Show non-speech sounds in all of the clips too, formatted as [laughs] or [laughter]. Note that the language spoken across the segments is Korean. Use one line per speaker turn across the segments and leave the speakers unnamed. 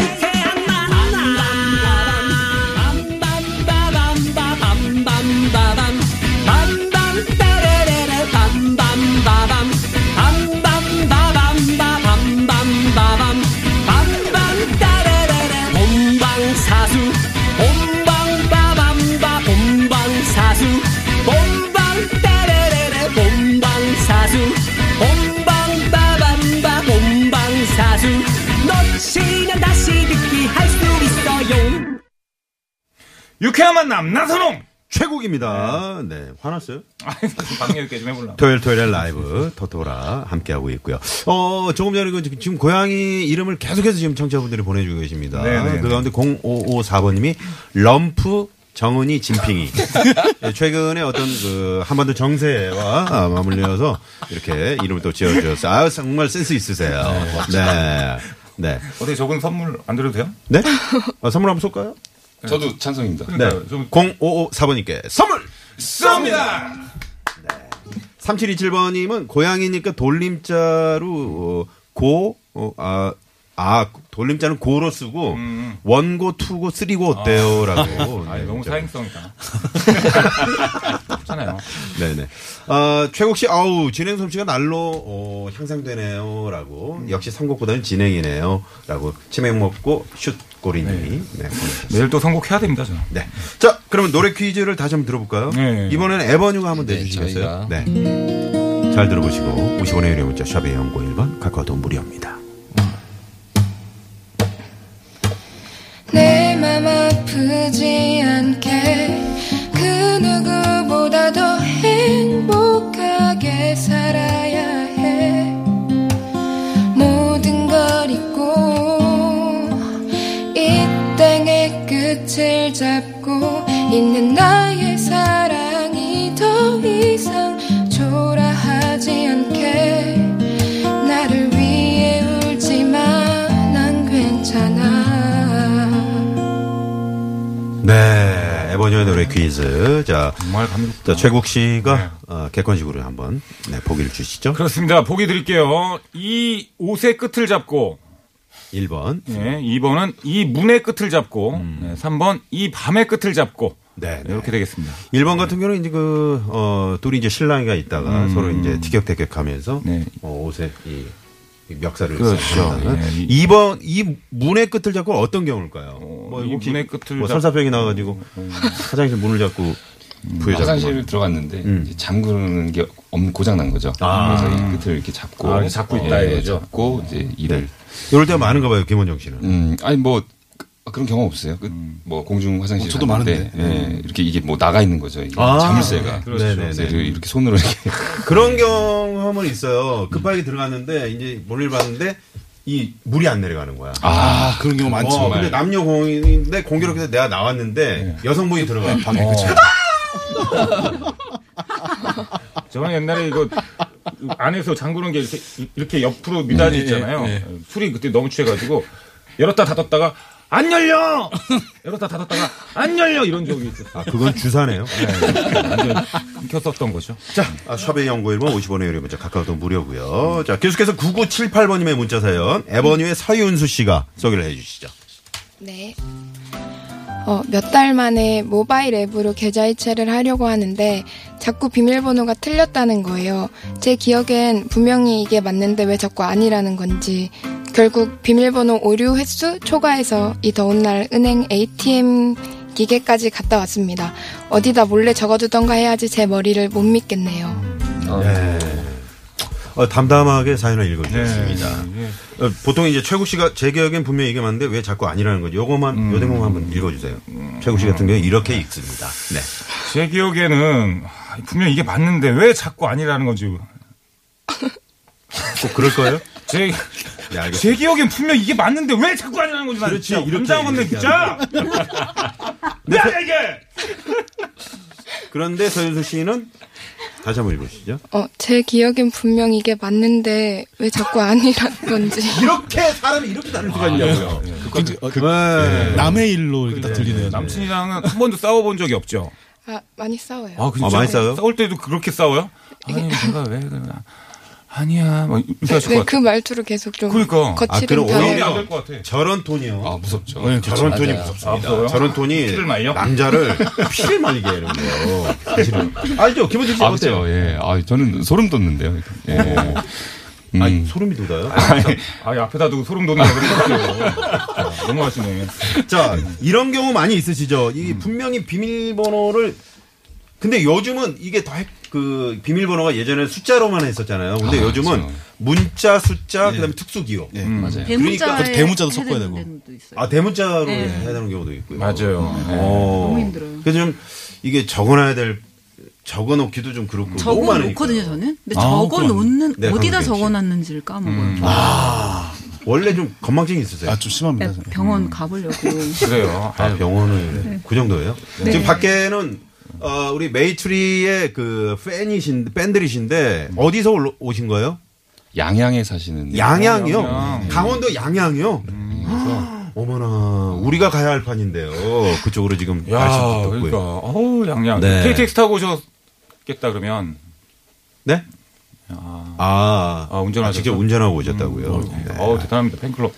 유쾌한 만남 빰빰빠밤빠밤빰빰빠밤 빰빰따레레레 빰빰빠밤 빰빰빠밤빠밤빰빰빠밤 빰빰따레레레 본방사수 본방빠밤빠 본방사수 본방따레레레 본방사수 본방빠밤빠 본방사수 놓치면 다시 듣기 할 수 있어요
유쾌한 만남 나선홍
최국입니다. 네, 화났어요?
[laughs] 방역 있게 좀 해보려고
토요일 토요일에 라이브 토토라 함께하고 있고요. 어, 조금 전에 그 지금 지금 고양이 이름을 계속해서 지금 청취자분들이 보내주고 계십니다.
네네네.
그 가운데 0554번님이 럼프
[laughs]
정은이 진핑이 네, 최근에 어떤 그 한반도 정세와 맞물려서 이렇게 이름을 또 지어주셨어요. 아 정말 센스 있으세요. 네, 네,
어떻게 저분 선물 안 드려도 돼요?
네. 아, 선물 한번 쏠까요?
저도 찬성입니다.
네,
그러니까요. 좀-
0554번님께 선물.
쏩니다
3727번님은 고양이니까 돌림자로 어, 고, 어, 아, 아, 돌림자는 고로 쓰고, 원고, 투고, 쓰리고 어때요? 라고.
음, [laughs] 아
네,
너무
문자.
사행성이다 [laughs] 좋잖아요
네네. 아, 최국 씨, 아우, 진행 솜씨가 날로, 어, 향상되네요. 라고.
음.
역시 선곡보다는 진행이네요. 라고. 치맥 먹고, 슛, 꼬리니. 네. 보내셨습니다.
내일 또 선곡해야 됩니다 저는
네. 자, 그러면 노래 퀴즈를 다시 한번 들어볼까요?
네.
이번에는 에버뉴가 한번 내주시겠어요? 네. 잘 들어보시고 50원의 유료 문자 샵의 연고 1번 카카오톡 무료입니다.
내 맘 아프지 않게 그 누구보다 더 행복하게 살아야 해 모든 걸 잊고 이 땅의 끝을 잡고 있는 나의 사랑이 더 이상 초라하지 않게 나를 위해 울지마 난 괜찮아
네. 에버뉴의 노래 퀴즈. 자,
정말 감독
자 최국 씨가 어, 객관식으로 한번 네, 보기를 주시죠.
네. 그렇습니다 보기 드릴게요 이 옷의 끝을 잡고
1번.
예, 2번은 이 문의 끝을 잡고 네, 3번 이 밤의 끝을 잡고
음. 네,
네, 이렇게 되겠습니다
1번 같은 경우는 이제 그, 어, 둘이 이제 신랑이가 있다가 서로 이제 티격태격 하면서
네.
어, 옷에 이, 이 멱살을
그렇죠.
는
예, 이-
2번, 이 문의 끝을 잡고 어떤 경우일까요?
이
혹시
문의 끝을
뭐
잡-
설사병이 나와가지고 화장실 문을 잡고 부여잡고.
화장실 들어갔는데 이제 잠그는 게 없- 고장 난 거죠. 그래서 이 끝을 이렇게 잡고
아, 이렇게 잡고 있다
예,
이거죠?
잡고 이제 일을
이럴 때가 많은가 봐요, 김원정 씨는.
음 아니 뭐 그- 그런 경험 없어요. 그, 뭐 공중 화장실 저도 많은데 예, 이렇게 이게 뭐 나가 있는 거죠. 이게
아,
자물쇠가
그렇죠. 네네네.
그래서 이렇게 손으로 이렇게
그런 경험은 있어요. 급하게 들어갔는데, 이제 몰릴 봤는데, 이 물이 안 내려가는 거야.
아 그런 경우
어, 근데 남녀 공인데 공교롭게도 내가 나왔는데 여성분이 들어가. 밤에 그쵸.
저는 옛날에 이거 안에서 잠그는 게 이렇게, 이렇게 옆으로 미닫이 있잖아요.
예,
술이 그때 너무 취해가지고 열었다 닫았다가 안 열려! 열었다 닫았다가 안 열려! 이런 적이 있었어요.
아, 그건 주사네요.
완전 켰었던 거죠.
자, 아, 샵의 연구 1번 50원의 유료 문자 카카오톡 무료고요. 자, 계속해서 9978번님의 문자 사연 에버뉴의 서윤수 씨가 소개를 해주시죠.
네. 어, 몇 달 만에 모바일 앱으로 계좌이체를 하려고 하는데 자꾸 비밀번호가 틀렸다는 거예요. 제 기억엔 분명히 이게 맞는데 왜 자꾸 아니라는 건지. 결국 비밀번호 오류 횟수 초과해서 이 더운 날 은행 ATM 기계까지 갔다 왔습니다. 어디다 몰래 적어두던가 해야지 제 머리를 못 믿겠네요.
어, 담담하게 사연을
네.
읽어주셨습니다.
예.
네.
어, 보통 이제 최국 씨가 제 기억엔 분명히 이게 맞는데 왜 자꾸 아니라는 거죠. 요거만
음.
요 대목만 한번 읽어주세요. 최국 씨 같은 경우 이렇게 읽습니다. 네.
제 기억에는 아, 분명 이게 맞는데 왜 자꾸 아니라는 건지.
꼭 그럴 거예요?
제,
네, 알겠습니다.
제 기억엔 분명 이게 맞는데 왜 자꾸 아니라는 건지. 나
그렇지,
진짜
이렇게
건네, 진짜! 왜안 이게!
그런데 서윤수 씨는 다시 한번 읽어주시죠.
어, 제 기억엔 분명 이게 맞는데 왜 자꾸 아니라는 건지.
이렇게 사람이 이렇게 다를 수가 있냐고요. 네.
남의 일로 이렇게 딱 들리네요.
남친이랑은 한 번도 싸워본 적이 없죠.
아, 많이 싸워요.
아,
아, 많이 싸워요?
싸울 때도 그렇게 싸워요? 아니, 내가 왜 그러나. 아니야. 막 이렇게 하실
네,
뭐 것 같아.
그 말투로 계속 좀
그러니까.
거칠은
아, 그럼
표현.
오히려-
안될 것 같아.
저런 톤이요.
아 무섭죠.
저런 톤이
맞아요.
아,
무섭습니다.
무서워요?
저런 톤이
피를 말려?
남자를 피를 말리게 하는 거예요. 사실은. [laughs] 알죠? 김원진 씨
아,
어때요?
그렇죠. 예. 아, 저는 소름 돋는데요. 예. 음.
아니, 소름이 그렇죠. 돋아요. 예.
아, 앞에다 두고 소름 돋는 거그요 너무 하시네.
자, 이런 경우 많이 있으시죠? 이 분명히 비밀번호를 근데 요즘은 이게 더 그 비밀번호가 예전에 숫자로만 했었잖아요. 근데
아,
요즘은
그렇죠.
문자, 숫자, 그다음에 특수 기호.
예.
맞아요.
대문자
그것도 대문자도 섞어야 되고.
아, 대문자로
네.
해야 되는 경우도 있고요.
맞아요.
어.
너무 힘들어요.
그래서 좀 이게 적어놔야 될 적어놓기도 좀 그렇고 너무
적어
많으니까.
뭐 놓거든요 저는. 근데
아,
적어
그럼.
놓는
네,
어디다
강백씨.
적어 놨는지를 까먹어요.
음,
아,
원래 좀 건망증이 있으세요?
아, 좀 심합니다.
그러니까 병원 가보려고.
그래요.
아, 병원을
네.
그 정도예요?
네.
지금 밖에는 어, 우리 메이트리의 그 팬이신 팬들이신데 어디서 올라- 오신 거예요?
양양에 사시는
양양이요.
네, 양양. 네. 음,
강원도 양양이요. 헉, 어머나 우리가 가야 할 판인데요. 그쪽으로 지금
야,
갈수 없고요.
그러니까. 어우, 양양.
네.
KTX 타고 오셨겠다, 그러면.
네?
아,
아,
아, 운전하셔서?
직접 운전하고 오셨다고요. 네.
어우, 예. 대단합니다. 팬클럽.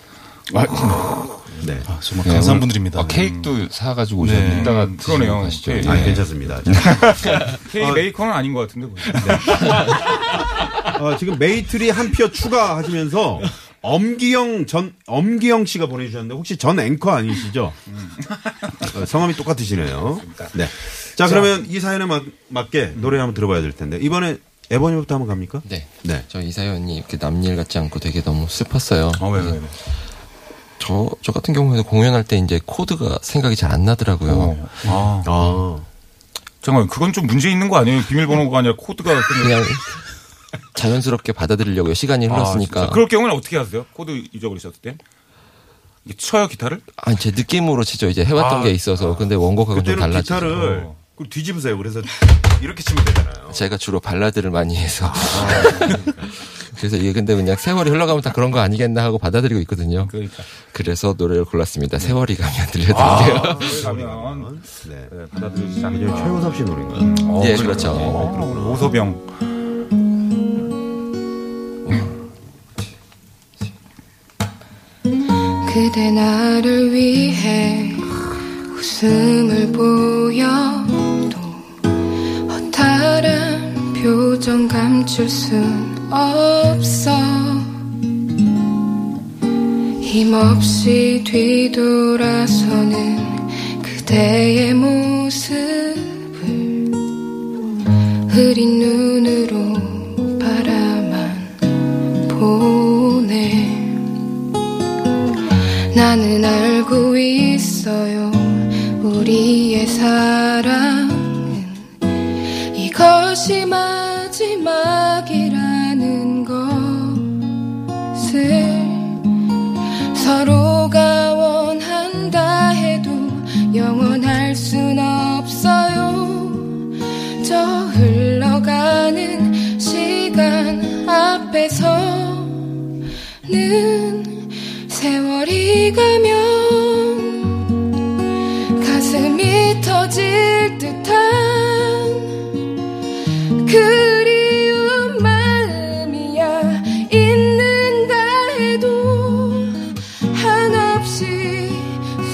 네.
아, 정말
예,
감사한
오늘-
분들입니다.
아, 케이크도 사가지고 오셨는데
네.
이따가
음, 그러네요.
가시죠.
예.
예.
아, 괜찮습니다.
[laughs] K 메이커는 아닌 네. 것 같은데. 보니까.
어, 지금 메이트리 한 표 추가하시면서 엄기영 전 엄기영 씨가 보내주셨는데 혹시 전 앵커 아니시죠? 어, 성함이 똑같으시네요. 네. 자 그러면 이 사연에 맞, 맞게 노래 한번 들어봐야 될 텐데 이번에 에버님부터 한번 갑니까?
네.
네.
저 이사연이 이렇게 남일 같지 않고 되게 너무 슬펐어요.
어, 왜, 왜, 왜.
저, 저 같은 경우에는 공연할 때 이제 코드가 생각이 잘 안 나더라고요.
아,
아,
잠깐만, 그건 좀 문제 있는 거 아니에요? 비밀번호가 아니라 코드가. 그냥-
그냥 자연스럽게 받아들이려고요. 시간이
아,
흘렀으니까.
진짜. 그럴 경우는 어떻게 하세요? 코드 잊어버리셨을 때? 이게 쳐요, 기타를?
아니, 제 느낌으로 치죠. 이제 해왔던
아,
게 있어서. 근데 원곡하고 좀
그때는
달라지죠.
기타를
어.
그걸 뒤집으세요. 그래서 이렇게 치면 되잖아요.
제가 주로 발라드를 많이 해서. [laughs] 그래서 이게 근데 그냥 세월이 흘러가면 다 그런 거 아니겠나 하고 받아들이고 있거든요.
그러니까.
그래서 노래를 골랐습니다. 세월이 가면
아,
들려드릴게요.
가면
네.
네, 받아들이지
이제
않는
최호섭 씨 노래인가요?
[laughs] 예,
어,
그렇죠.
아, 오소병.
그대 나를 위해 웃음을 보여도 허탈한 표정 감출 순 없어 힘없이 뒤돌아서는 그대의 모습을 흐린 눈으로 바라만 보네 나는 알고 있어요. 우리의 사랑은 이것이 마지막이라는 것을 서로가 원한다 해도 영원할 순 없어요. 저 흘러가는 시간 앞에서 는 세월이 가면 가슴이 터질 듯한 그리운 마음이야 있는다 해도 한없이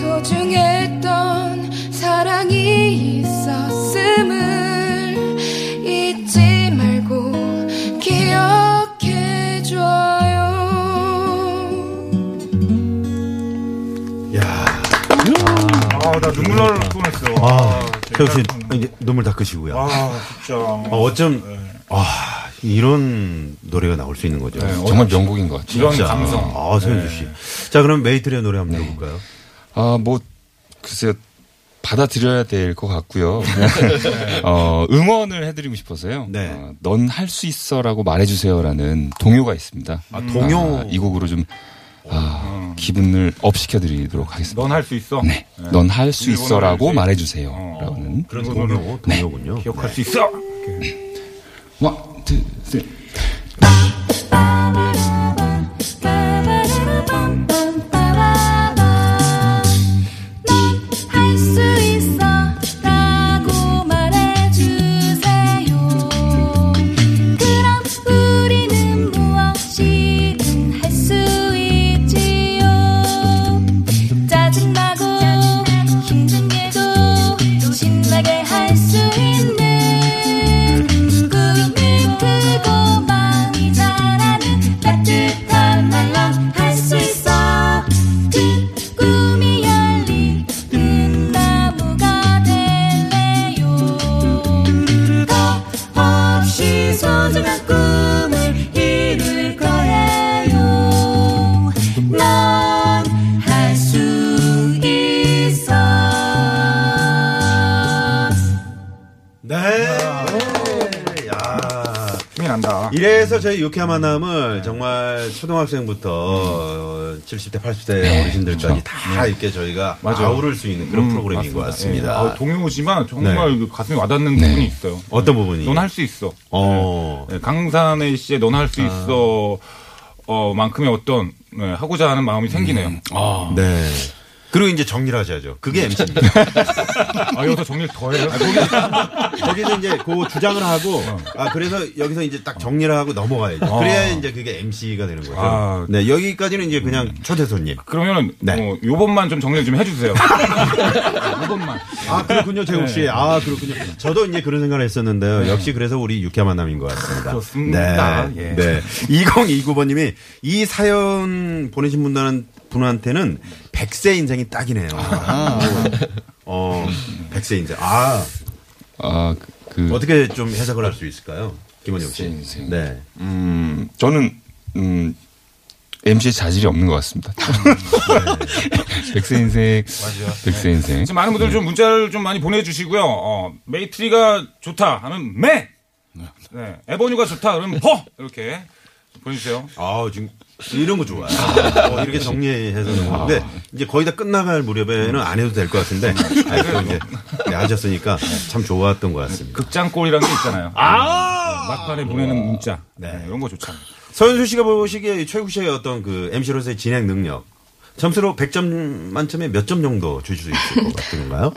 소중했던 사랑이 있었음을 잊지 말고 기억해줘요
음.
아, 나 눈물 날 뻔했어.
아,
제가-
최호섭 씨 이제 눈물 닦으시고요.
아, 진짜.
아, 어쩜 아, 이런 노래가 나올 수 있는 거죠.
네, 정말 명곡인 것 같아요.
이런 감성.
아, 서현주 씨. 자, 그럼 메이트리의 노래 한번 들어볼까요?
아, 뭐, 글쎄요. 받아들여야 될 것 같고요. [laughs] 어, 응원을 해드리고 싶어서요.
네.
넌 할 수 있어라고 말해주세요라는 동요가 있습니다. 아,
동요.
이 곡으로 좀 아, 기분을 업 시켜드리도록 하겠습니다.
넌 할 수 있어.
네. 넌 할 수
일본어로
있어라고
이제-
말해주세요. 라는.
그런 동요, 동요군요. 네.
기억할 수 있어.
원, 투, 쓰리.
넌 할 수 있어 라고 말해주세요 그럼 우리는 모두
그래서 네. 저희 유쾌한 만남을 정말 초등학생부터 어, 70대, 80대 어르신들까지
그렇죠.
다 이렇게 저희가 아우
맞아요.
를수 있는 그런 프로그램인 것 같습니다. 네.
예. 아, 동요지만 정말 그 가슴이 와닿는 부분이 있어요.
어떤 부분이?
넌 할 수 있어.
어.
네, 강산의 씨의 넌 할 수
아.
있어. 어, 만큼의 어떤, 네, 하고자 하는 마음이 생기네요.
네. 그리고 이제 정리를 하셔야죠. 그게 MC입니다.
아, 여기서 정리를 더 해요?
[laughs] 거기서 이제 그 주장을 하고 아 그래서 여기서 이제 딱 정리를 하고 넘어가야죠. 그래야 이제 그게 MC가 되는 거죠.
아.
네 여기까지는 이제 그냥 초대 손님.
그러면은,
네.
어, 요번만 좀 정리 좀 해주세요. 요번만.
아 그렇군요, 재욱 씨. 아 그렇군요. 저도 이제 그런 생각을 했었는데요. 역시 그래서 우리 유쾌한 만남인 것 같습니다.
그렇습니다.
네.
예.
네. 2029번님이 이 사연 보내신 분한 분한테는 100세 인생이 딱이네요. 어 100세 인생. 아
아, 그,
어떻게 좀 해석을 할 수 있을까요, 김원영 씨?
100세 인생.
네.
음, 저는, 음, MC의 자질이 없는 것 같습니다. [laughs] 백세 인생. 백세 인생.
지금 많은 분들 좀 문자를 좀 많이 보내주시고요. 어, 메이트리가 좋다 하면 매! 네. 에버뉴가 좋다 그러면 허! 이렇게 보내주세요.
아 지금 이런 거 좋아요. 어, 이렇게 정리해서 넣는데 이제 거의 다 끝나갈 무렵에는 안 해도 될 것 같은데 아, 또 이제 네, 하셨으니까 참 좋았던 것 같습니다.
극장골이라는 게 있잖아요. 아! 막판에 보내는 문자. 네. 이런 거 좋잖아요.
서현수 씨가 보시기에 최국 씨의 어떤 그 MC로서의 진행 능력 점수로 100점 만점에 몇 점 정도 주실 수 있을 것 같은 건가요?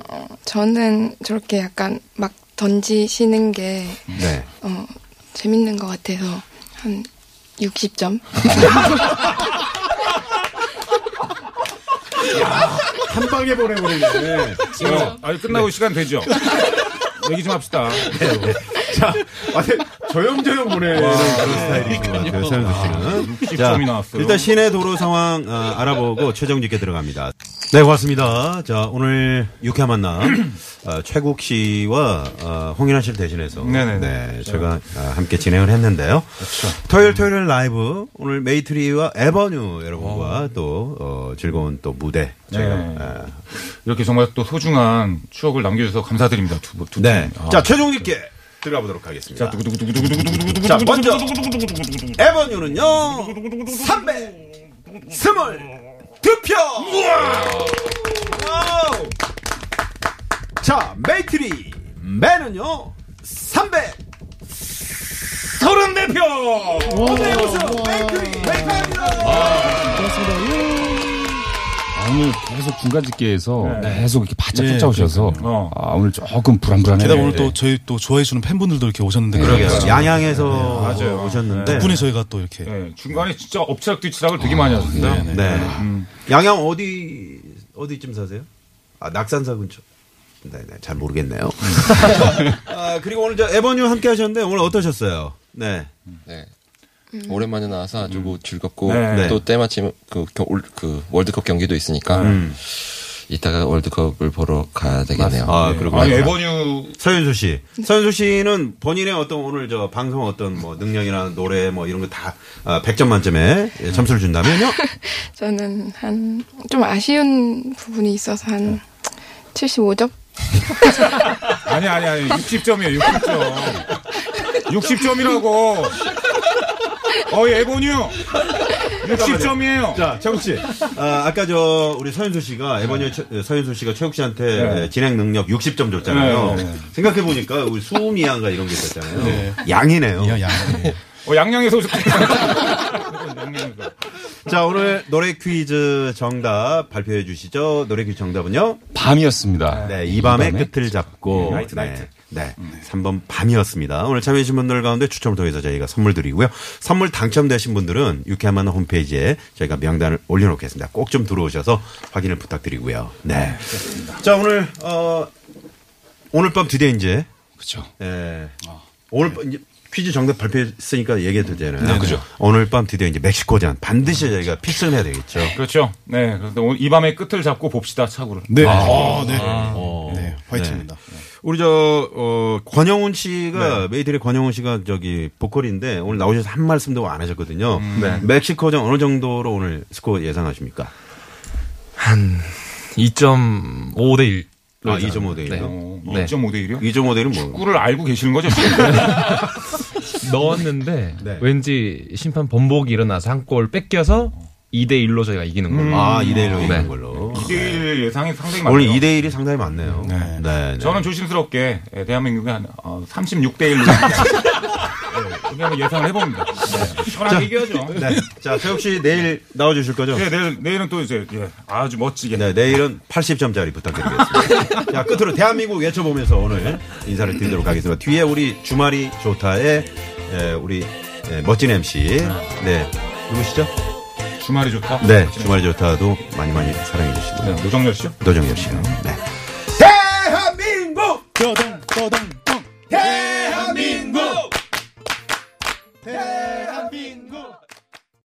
저는 저렇게 약간 막 던지시는 게
네.
어, 재밌는 것 같아서 한 60점?
한 방에 보내버리네.
어, 아니, 끝나고 시간 되죠? 얘기 좀 합시다.
자, 아니, 조용조용 보내는 그런
네.
스타일인 것 같아요, 서현수 씨는. 자,
그러니까. 점이 나왔어요.
일단 시내 도로 상황 어, 알아보고 최정직께 들어갑니다. 네, 고맙습니다. 자, 오늘 유쾌한 만남, 어, 최국 씨와 어, 홍인아 씨를 대신해서
네네네. 그렇죠.
네, 저희가 어, 함께 진행을 했는데요. 토요일 토요일 라이브, 오늘 메이트리와 에버뉴 여러분과 또 어, 즐거운 또 무대 저희가
네.
어,
이렇게 정말 또 소중한 추억을 남겨주셔서 감사드립니다. 두 분. 두
네.
분. 아.
자, 최종님께 들어가 보도록 하겠습니다.
자, 두구두구두구두구두구두구두구.
자, 먼저 에버뉴는요. 300 스물 두 표. 와우. 자, 메이트리 매는요. 300
서른 네 표!
오늘 우승 메이트리 메이트리입니다.
아, 오늘 계속 중간 집계에서
네.
계속 이렇게 바짝 쫓아오셔서,
어.
아, 오늘 조금 불안불안해요.
예, 게다가 오늘 또 저희 또 좋아해주는 팬분들도 이렇게 오셨는데.
네, 그러게요.
덕분에
양양에서
맞아요.
오셨는데
저희가 또 이렇게.
네, 중간에 진짜 업체락 뒤치락을 되게 많이 하셨어요.
네, 네.
네. 양양 어디 어디쯤 사세요? 아 낙산사 근처. 네네 잘 모르겠네요. [laughs] 아 그리고 오늘 저 에버뉴 함께 하셨는데 오늘 어떠셨어요? 네.
네. 오랜만에 나와서 아주
음.
뭐 즐겁고
네.
또 때마침 그, 겨- 올- 그 월드컵 경기도 있으니까
음.
이따가 월드컵을 보러 가야 되겠네요.
아 그리고
아니, 에버뉴.
서윤수 씨. 서윤수 씨는 본인의 어떤 오늘 저 방송 어떤 뭐 능력이나 노래 뭐 이런 거 다 100점 만점에 예, 점수를 준다면요?
저는 한 좀 아쉬운 부분이 있어서 한 75점?
아니, 아니, 아니. 60점이에요, 60점. 60점이라고. 어이, 에버뉴. 60점이에요.
[laughs] 자, 최국 씨. 네. 아, 아까 저 우리 서윤수 씨가 에버뉴 최- 서윤수 씨가 최국 씨한테 예, 진행 능력 60점 줬잖아요.
네, 네, 네.
생각해 보니까 우리 수미양가 이런 게 있었잖아요. 양이네요.
야, 야. 네.
어, 양양에서 오셨구나. [laughs] 양양에서.
자, 오늘 노래 퀴즈 정답 발표해 주시죠. 노래 퀴즈 정답은요?
밤이었습니다.
네, 이 밤의
밤에?
끝을 잡고
나이트,
네,
나이트.
네. 3번 밤이었습니다. 오늘 참여해주신 분들 가운데 추첨을 통해서 저희가 선물 드리고요. 선물 당첨되신 분들은 유쾌한 만남 홈페이지에 저희가 명단을 올려놓겠습니다. 꼭 좀 들어오셔서 확인을 부탁드리고요. 네. 자, 오늘, 어, 오늘 밤 드디어 이제,
그쵸.
예. 오늘 밤 이제 퀴즈 정답 발표했으니까 얘기해도 되잖아요.
그죠.
오늘 밤 드디어 이제 멕시코전 반드시 저희가 필승 해야 되겠죠.
그렇죠. 네. 그래서 오늘 이 밤의 끝을 잡고 봅시다, 차고를.
네. 아, 네. 네. 화이팅입니다.
우리 저, 어, 권영훈 씨가,
네.
메이들의 권영훈 씨가 저기 보컬인데 오늘 나오셔서 한 말씀도 안 하셨거든요.
네.
멕시코전 어느 정도로 오늘 스코어 예상하십니까? [laughs]
한 2.5 대 1.
아, 2.5대1요?
어,
네.
2.5대 1이요?
2.5대1은 뭐예요?
축구를 알고 계시는 거죠? 지금?
넣었는데
네.
왠지 심판 번복이 일어나서 한 골 뺏겨서 2대 1로 저희가 이기는 걸로.
아,
음.
2대1로 이기는
네.
걸로. 음.
2대1 예상이 상당히 많아요.
오늘 2대1이 상당히 많네요. 네. 네.
저는 조심스럽게 예, 대한민국이 한 36대
[laughs]
1로 그냥 예, 예상을 해봅니다. 네. 편하게 이겨야죠.
네. 자, 세욱 씨 내일 나와주실 거죠?
네, 내일, 내일은 또 이제 예, 아주 멋지게
네, 내일은 80점짜리 부탁드리겠습니다. 자, 끝으로 대한민국 외쳐보면서 오늘 인사를 드리도록 하겠습니다. 뒤에 우리 주말이 좋다의 에, 우리 에, 멋진 MC. 네. 누구시죠?
주말이 좋다.
네. 주말이 좋다도 많이 많이 사랑해주시고요.
네, 노정열 씨요.
노정열 씨요. 네.
떠동 떠동 떠.
대한민국!